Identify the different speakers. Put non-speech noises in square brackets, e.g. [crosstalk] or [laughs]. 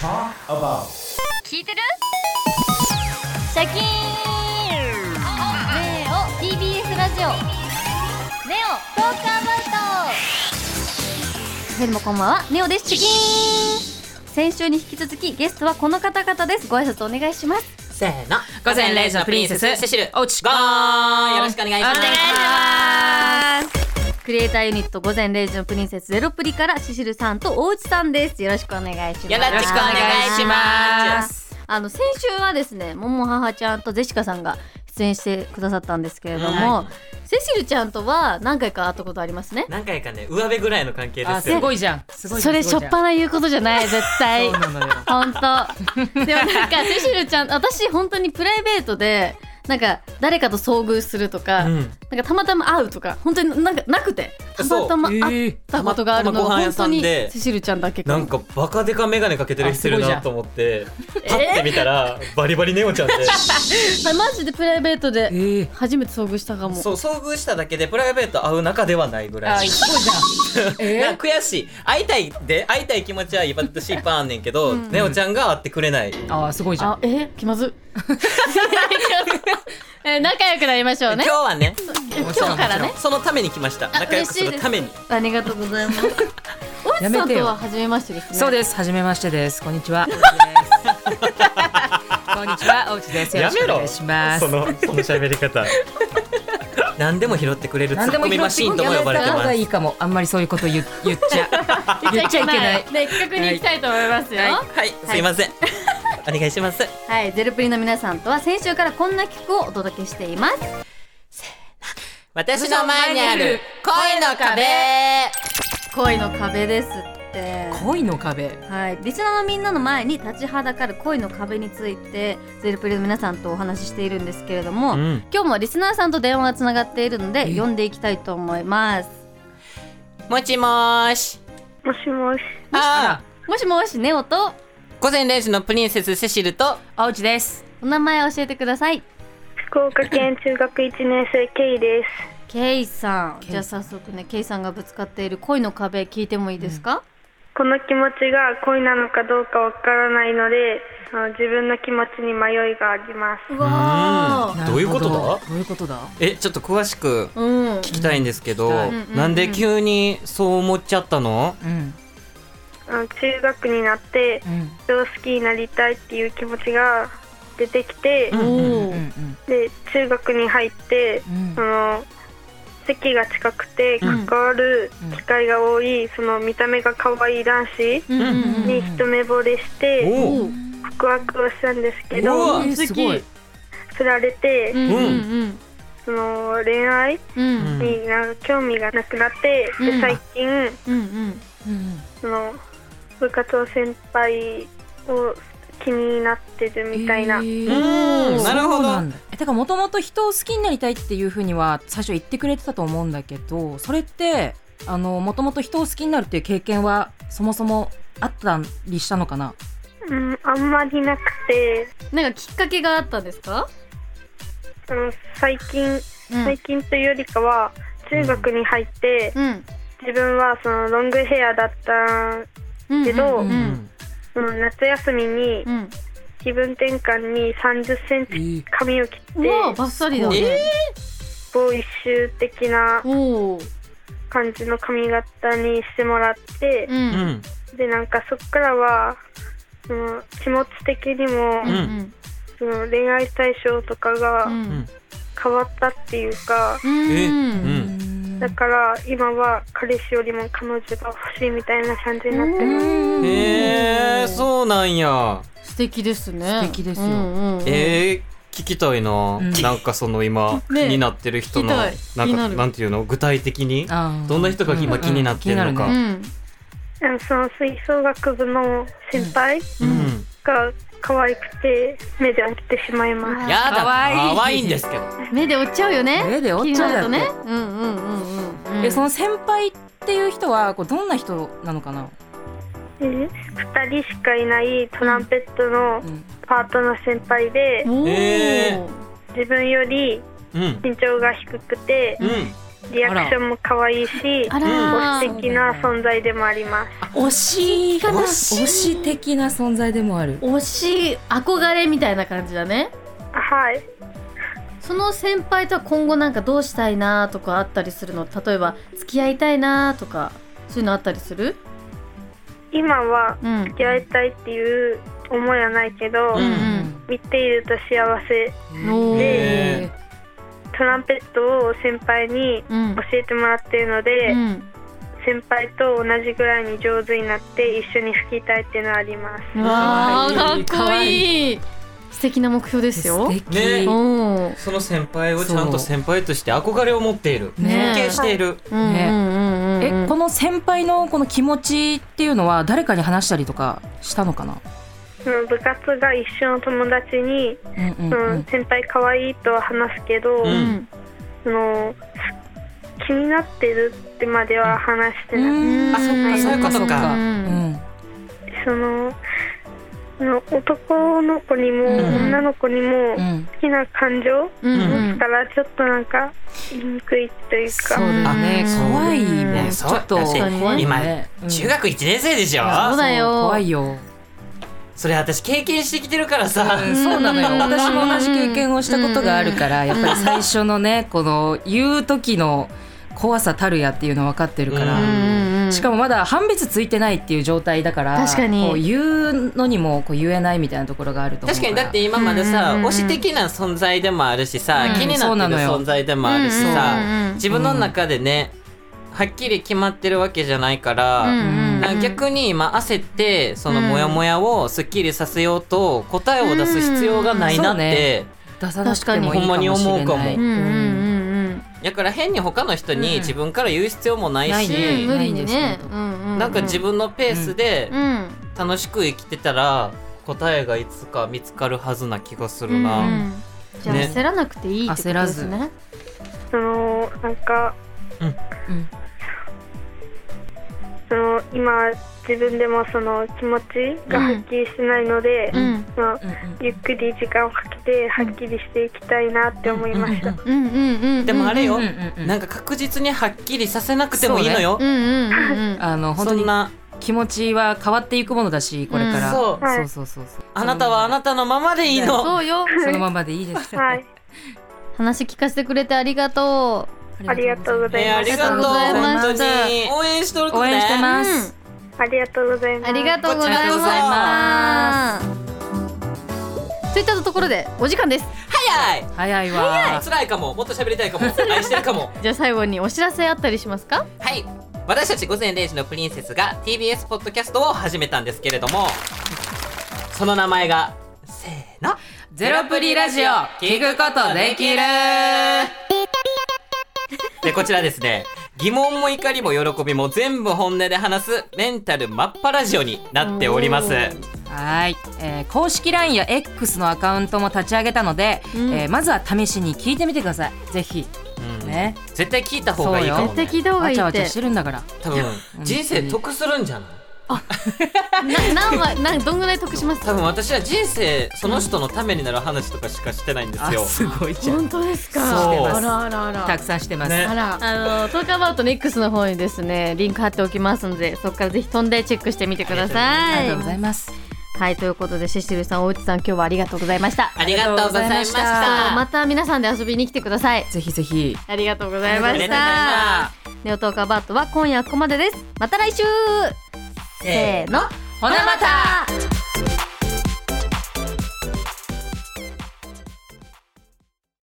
Speaker 1: about
Speaker 2: 聞いてるシャキーンネオ TBS ラジオネオトークアバウトどうもこんばんはネオですシャキーン先週に引き続きゲストはこの方々ですご挨拶お願いします
Speaker 3: せーの。
Speaker 4: 午前0時のプリンセス
Speaker 3: セシル。
Speaker 4: おうち
Speaker 3: ゴーンよろしくお願いします
Speaker 4: お願いし
Speaker 2: クリエイターユニット午前0時のプリンセスゼロプリからシシルさんと大内さんですよろしくお願いします
Speaker 3: よろしくお願いします。
Speaker 2: あの先週はですねももははちゃんとジェシカさんが出演してくださったんですけれども、
Speaker 3: は
Speaker 2: セシルちゃんとは何回か会ったことありますね
Speaker 3: 何回かね、上辺ぐらいの関係
Speaker 4: あ
Speaker 3: です
Speaker 4: す
Speaker 3: よ。
Speaker 4: ごいじゃんすごい
Speaker 2: それしょっぱな言うことじゃない絶対
Speaker 4: そうなのよ
Speaker 2: 本
Speaker 3: [laughs]
Speaker 2: 当でもなんかセシルちゃん私本当にプライベートでなんか誰かと遭遇するとか、
Speaker 3: うん
Speaker 2: なんかたまたま会うとか本当になんかなくてた
Speaker 3: そ
Speaker 2: ま
Speaker 3: う
Speaker 2: たま会っ
Speaker 4: え
Speaker 2: たことがあるの
Speaker 3: たま
Speaker 2: が
Speaker 3: たまご飯屋
Speaker 2: 本当
Speaker 3: さん
Speaker 2: に
Speaker 3: で
Speaker 2: セシルちゃんだけ
Speaker 3: なんかバカデカメガネかけてる人いる
Speaker 4: あすごいじゃ
Speaker 3: なんと思って、パって見たら、バリバリネオちゃんで。
Speaker 2: あマジでプライベート
Speaker 4: え
Speaker 2: で
Speaker 4: ー
Speaker 2: 初めて遭遇したかも
Speaker 3: そう、遭遇しただけでプライベート会う仲ではないぐら
Speaker 4: あ
Speaker 3: い。
Speaker 4: すごいじゃん
Speaker 3: な
Speaker 4: え
Speaker 3: んか悔しい。会いたいで、会いたい気持ちはいっぱい私いっぱいあんねんけど、ネオちゃんが会ってくれない。
Speaker 4: ーあーすごいじ
Speaker 2: あ
Speaker 4: ゃん
Speaker 2: え気ま
Speaker 3: [laughs]
Speaker 2: ずえ仲良くなりましょう
Speaker 3: 今
Speaker 2: ね
Speaker 3: 日はね、
Speaker 2: 今日からね
Speaker 3: そのために来ました。仲良くするために。
Speaker 2: ありがとうござい
Speaker 3: [laughs]
Speaker 2: ます大内さ
Speaker 4: やめ
Speaker 2: ん
Speaker 4: て
Speaker 2: とは
Speaker 4: よ
Speaker 2: 初めましてですね
Speaker 4: そうです初めましてですこんにちはこん [laughs] にちはおうちですよろ
Speaker 3: や
Speaker 4: しく
Speaker 3: め
Speaker 4: お
Speaker 3: ろ
Speaker 4: 願いします
Speaker 3: そのその喋り方何でも拾ってくれるツ
Speaker 4: 何
Speaker 3: ッ
Speaker 4: で
Speaker 3: コ
Speaker 4: も
Speaker 3: ミマシーンとも呼ばれて
Speaker 4: やめた方
Speaker 3: ま
Speaker 4: がい
Speaker 3: す
Speaker 4: いかもあんまりそういうこと言っ [laughs] 言っちゃ言っちゃいけない
Speaker 2: ね企画に行きたいと思いますよはい、
Speaker 3: はいすいませんお願いします
Speaker 2: ゼルプリの皆さんとは先週からこんな企画をお届けしています
Speaker 3: 私の前にある恋の壁
Speaker 2: 恋の壁ですって
Speaker 4: 恋の壁
Speaker 2: はい、リスナーのみんなの前に立ちはだかる恋の壁についてゼルプリの皆さんとお話ししているんですけれども、
Speaker 3: うん
Speaker 2: 今日もリスナーさんと電話がつながっているので
Speaker 4: え
Speaker 2: 呼んでいきたいと思います
Speaker 3: もちもーし
Speaker 5: もしもし。
Speaker 3: あ
Speaker 2: もしもしネオと
Speaker 3: ー午前0時のプリンセスセシルと
Speaker 4: あおうちです
Speaker 2: お名前を教えてください
Speaker 5: 福岡県中学1年生、ケイです。
Speaker 2: ケイさん
Speaker 4: ケイ
Speaker 2: じゃあ早速ねケイさんがぶつかっている恋の壁聞いてもいいですか、
Speaker 5: この気持ちが恋なのかどうかわからないので、その自分の気持ちに迷いがあります。
Speaker 2: う
Speaker 3: わどういうことだ
Speaker 4: なるほどどういうことだ
Speaker 3: えちょっと詳しく
Speaker 2: ーうん
Speaker 3: 聞きたいんですけど、
Speaker 4: うん
Speaker 2: 聞きたい
Speaker 3: なんで急にそう思っちゃったの
Speaker 4: うん
Speaker 5: あの中学になって
Speaker 4: う、ん
Speaker 5: 常識になりたいっていう気持ちが出てきて、
Speaker 3: うん
Speaker 4: うんうん
Speaker 5: で、中学に入って、
Speaker 4: うん
Speaker 5: その、席が近くて関わる機会が多い、その見た目が可愛い男子
Speaker 2: うんうんうん
Speaker 5: に一目惚れして
Speaker 3: お
Speaker 2: お
Speaker 3: お
Speaker 2: う
Speaker 5: 告白をしたんですけ
Speaker 3: うわ
Speaker 5: ど
Speaker 4: えーすごい
Speaker 5: 振られて、
Speaker 2: うんうん
Speaker 5: その恋愛
Speaker 2: うんうん
Speaker 5: になんか興味がなくなって、
Speaker 2: う
Speaker 5: で
Speaker 2: ん
Speaker 5: 最近
Speaker 2: うん
Speaker 4: うん
Speaker 5: その部活の先輩を気になってるみたいな、
Speaker 4: えー
Speaker 3: うんなるほ
Speaker 4: そ
Speaker 3: ど
Speaker 4: うなんだえだからもともと人を好きになりたいっていうふうには最初言ってくれてたと思うんだけどそれってあのもともと人を好きになるっていう経験はそもそもあったりしたのかな
Speaker 5: うん、あんまりなくて、
Speaker 2: なんかきっかけがあったんですか、
Speaker 5: その最近
Speaker 2: うん
Speaker 5: 最近というよりかは中学に入って
Speaker 2: うん
Speaker 5: 自分はそのロングヘアだった
Speaker 2: うん
Speaker 5: けど
Speaker 2: うんう
Speaker 3: うんん
Speaker 5: その夏休みに
Speaker 2: うんうん
Speaker 5: 気分転換に3 0センチ
Speaker 4: え
Speaker 5: 髪を切って
Speaker 2: うわバッサリだね、
Speaker 5: ボーイッシュ的な
Speaker 2: おお
Speaker 5: 感じの髪型にしてもらって
Speaker 2: う、
Speaker 3: うんん
Speaker 5: でなんかそっからはその気持ち的にも、
Speaker 2: うんうん
Speaker 5: その恋愛対象とかが
Speaker 2: う
Speaker 3: うん
Speaker 2: ん
Speaker 5: 変わったっていうか、
Speaker 2: うん
Speaker 3: え
Speaker 2: うん
Speaker 3: うん
Speaker 5: だから今は彼氏よりも彼女が欲しいみたいな感じになってます、
Speaker 4: うん
Speaker 3: えー、そうなんや
Speaker 2: 素敵ですね
Speaker 4: 素敵ですよ
Speaker 2: うんうんうん
Speaker 3: えー、聞きたいな、
Speaker 4: ん
Speaker 3: なんかその今気
Speaker 2: ね
Speaker 3: になってる人の
Speaker 2: 聞きた
Speaker 3: ない
Speaker 2: 気に
Speaker 3: ん
Speaker 2: な
Speaker 3: か
Speaker 2: る
Speaker 3: なんていうの具体的に
Speaker 4: あー
Speaker 3: どんな人が今
Speaker 4: うん
Speaker 3: 気になってるのか、
Speaker 4: うん
Speaker 2: うん
Speaker 5: あのその吹奏楽部の先輩
Speaker 3: うん
Speaker 5: が可愛くて目で飽きてしまいます、
Speaker 3: やだ
Speaker 4: かわいい
Speaker 3: 可愛いんですけど
Speaker 2: 目で追っちゃうよね
Speaker 4: 目で追っちゃうよね
Speaker 2: 気になるとねうんうんうんうんうん
Speaker 4: えその先輩っていう人はこうどんな人なのかな、
Speaker 5: え2人しかいないトランペットの
Speaker 4: うん
Speaker 5: パートの先輩で
Speaker 2: おー
Speaker 3: え
Speaker 5: 自分より
Speaker 3: うん
Speaker 5: 身長が低くて
Speaker 3: うん
Speaker 5: リアクションも可愛いし
Speaker 2: あら
Speaker 5: 推
Speaker 2: ー
Speaker 5: し的な存在でもあります
Speaker 4: 推し
Speaker 2: 推しかな
Speaker 4: 推し推し的な存在でもある
Speaker 2: 推し憧れみたいな感じだね
Speaker 5: はい
Speaker 2: その先輩とは今後なんかどうしたいなとかあったりするの例えば付き合いたいなとかそういうのあったりする
Speaker 5: 今は
Speaker 2: うん
Speaker 5: 付き合いたいっていう思いはないけど、
Speaker 3: うん
Speaker 5: 見ていると幸せ
Speaker 2: おー
Speaker 3: ね
Speaker 5: トランペットを先輩に
Speaker 2: うん
Speaker 5: 教えてもらっているので、
Speaker 2: うん
Speaker 5: 先輩と同じぐらいに上手になって一緒に吹きたいっていうのはあります
Speaker 2: うわー
Speaker 4: か
Speaker 2: か
Speaker 4: わい
Speaker 2: っ
Speaker 4: い
Speaker 2: こいい素敵な目標ですよ
Speaker 4: 素敵
Speaker 3: ね
Speaker 2: うんうん
Speaker 3: その先輩をちゃん
Speaker 4: そ
Speaker 3: と
Speaker 4: う
Speaker 3: 先輩として憧れを持っている
Speaker 4: ね
Speaker 3: 尊敬している、
Speaker 2: うんうんうん
Speaker 4: えこの先輩のこの気持ちっていうのは誰かに話したりとかしたのかな、
Speaker 5: その部活が一緒の友達に、
Speaker 4: うんうん
Speaker 5: そ
Speaker 4: うん
Speaker 5: の先輩可愛いとは話すけど、
Speaker 3: う
Speaker 2: うんん
Speaker 5: その気になってるってまでは話してない、
Speaker 4: うん
Speaker 2: あそっか
Speaker 5: そういうことか
Speaker 2: うん
Speaker 4: うん
Speaker 5: そのその男の子にも、
Speaker 4: うん
Speaker 5: 女の子にも
Speaker 4: う
Speaker 5: 好
Speaker 4: ん
Speaker 5: きな感情
Speaker 2: うんうん
Speaker 5: からちょっとなんか言いにくいという
Speaker 4: そう
Speaker 5: か
Speaker 4: だね
Speaker 2: うん
Speaker 4: 怖いも
Speaker 3: ね
Speaker 4: んち
Speaker 3: そ
Speaker 4: ょ
Speaker 3: う
Speaker 4: っと
Speaker 3: だし
Speaker 2: 怖い
Speaker 3: 今、
Speaker 4: ねうん
Speaker 3: 中学1年生でしょ
Speaker 2: そうだよ
Speaker 4: 怖いよ
Speaker 3: それ私経験してきてるからさ、
Speaker 4: うんそうなのよ私も同じ経験をしたことがあるからやっぱり最初のねこの言う時の怖さたるやっていうの分かってるか
Speaker 2: うん
Speaker 4: ら、
Speaker 2: うんうん
Speaker 4: しかもまだ判別ついてないっていう状態だから
Speaker 2: 確かに
Speaker 4: こう言うのにもこう言えないみたいなところがあると思う
Speaker 3: 確
Speaker 4: か
Speaker 3: からにだって今までさ、
Speaker 2: うんうんうん
Speaker 3: 推し的な存在でもあるしさ、
Speaker 2: うん
Speaker 3: 気に
Speaker 4: そう
Speaker 3: な
Speaker 4: な
Speaker 3: って
Speaker 4: の
Speaker 3: る
Speaker 4: よ
Speaker 3: 存在でもあるしさ、
Speaker 2: うんうんうん
Speaker 3: 自分の中でねはっきり決まってるわけじゃないから、
Speaker 2: うんうん
Speaker 3: なんか逆に今焦ってそのモヤモヤをすっきりさせようと答えを出す必要がないなって、
Speaker 4: 出さなくてもい
Speaker 3: 確
Speaker 4: い
Speaker 3: か
Speaker 4: か
Speaker 3: に
Speaker 4: もし
Speaker 3: ほ
Speaker 4: れ
Speaker 3: んまに思うか
Speaker 4: な
Speaker 3: も
Speaker 4: い。
Speaker 2: うんうん
Speaker 4: うん
Speaker 2: うん
Speaker 3: だから変に他の人
Speaker 4: うん
Speaker 3: に自分から言う必要もないし、
Speaker 4: ない
Speaker 2: うん無理に
Speaker 4: ないん
Speaker 2: ね
Speaker 4: ですけど
Speaker 2: うんうう
Speaker 3: なんか自分のペースで
Speaker 2: うん
Speaker 3: 楽しく生きてたら答えがいつか見つかるはずな気がするな。
Speaker 2: うんうんじゃあ
Speaker 3: ね
Speaker 2: 焦らなくていいってことですね
Speaker 5: そのなんかその今自分でもその気持ちがはっきりしてないので、
Speaker 2: うん
Speaker 5: そ
Speaker 4: う
Speaker 5: の
Speaker 4: んうん
Speaker 5: ゆっくり時間をかけてはっきりしていきたいなって思いました、
Speaker 2: うんうんうん
Speaker 3: でもあれよ、
Speaker 4: うんうんうん
Speaker 3: なんか確実にはっきりさせなくてもいいのよ。
Speaker 2: うんうんうんうん
Speaker 4: あの本
Speaker 3: そ
Speaker 4: 当
Speaker 3: ん
Speaker 4: に
Speaker 3: な、
Speaker 4: 気持ちは変わっていくものだしこれから、
Speaker 3: うんそう
Speaker 5: はい
Speaker 4: そうそうそう
Speaker 3: あなたはあ
Speaker 4: な
Speaker 3: なたのままでいいの。
Speaker 2: そうよ
Speaker 4: そのままでいいです
Speaker 5: はい
Speaker 2: 話聞かせてくれてありがと
Speaker 5: ありがとうござい
Speaker 3: えー、あ
Speaker 5: ま
Speaker 3: り
Speaker 5: す、
Speaker 3: がとう、
Speaker 2: ありがとう
Speaker 3: 本
Speaker 2: ご
Speaker 3: 当
Speaker 2: ざい
Speaker 3: に。応援しとる
Speaker 4: 応援して
Speaker 2: う、
Speaker 4: ま
Speaker 2: うん
Speaker 4: す、
Speaker 5: ありがとうございます
Speaker 2: ありがとうござい
Speaker 3: こちらこそ
Speaker 2: ます。といったところでお時間です。
Speaker 3: 早い。
Speaker 4: 早いわ
Speaker 3: 辛いかも、もっと喋りたいかも、愛してるかも。
Speaker 2: じゃあ最後にお知らせあったりしますか？
Speaker 3: はい。私たち午前0時のプリンセスが TBS ポッドキャストを始めたんですけれども、その名前が、せーの。
Speaker 4: ゼロプリラジオ聞くことできる
Speaker 3: で、こちらですね、疑問も怒りも喜びも全部本音で話すメンタルマッパラジオになっております。
Speaker 4: はい、えー公式 LINE や X のアカウントも立ち上げたので、
Speaker 2: ん
Speaker 4: えーまずは試しに聞いてみてくださいぜひ
Speaker 3: うん
Speaker 4: ね
Speaker 3: 絶対聞いた方がいいかも、ね。
Speaker 2: 絶対聞いた方が
Speaker 4: わ
Speaker 2: いい
Speaker 4: ちゃわ
Speaker 2: っ
Speaker 4: ちゃ
Speaker 2: て
Speaker 4: し。てるんだから
Speaker 3: 多分人生得するんじゃない
Speaker 2: な何はなどんぐらい得します
Speaker 3: 多？分私は人生その人のためになる話とかしかしてないんですよ。
Speaker 4: ごいじゃ
Speaker 2: 本
Speaker 4: ん
Speaker 2: 当ですか？
Speaker 3: そう
Speaker 2: あらあらあら。
Speaker 4: たくさんしてます、
Speaker 3: ね
Speaker 2: あら、あの、トークアバウトの X の方にですね、リンク貼っておきますので、そこからぜひ飛んでチェックしてみてくだ
Speaker 4: あ
Speaker 2: さ
Speaker 4: り
Speaker 2: い。
Speaker 4: がとうございます
Speaker 2: はい、ということで、シシルさん、大内さん、今日はありがとうございました。
Speaker 3: ありがとうございまし
Speaker 2: さあ
Speaker 3: た。
Speaker 2: また皆さんで遊びに来てください。
Speaker 4: ぜひぜひ
Speaker 2: ありがとうございま
Speaker 3: あり
Speaker 2: し
Speaker 3: がとうございました
Speaker 2: た。ネオトークアバートは今夜はここまでです。また来週
Speaker 4: せ
Speaker 2: せーの、
Speaker 4: ほなまた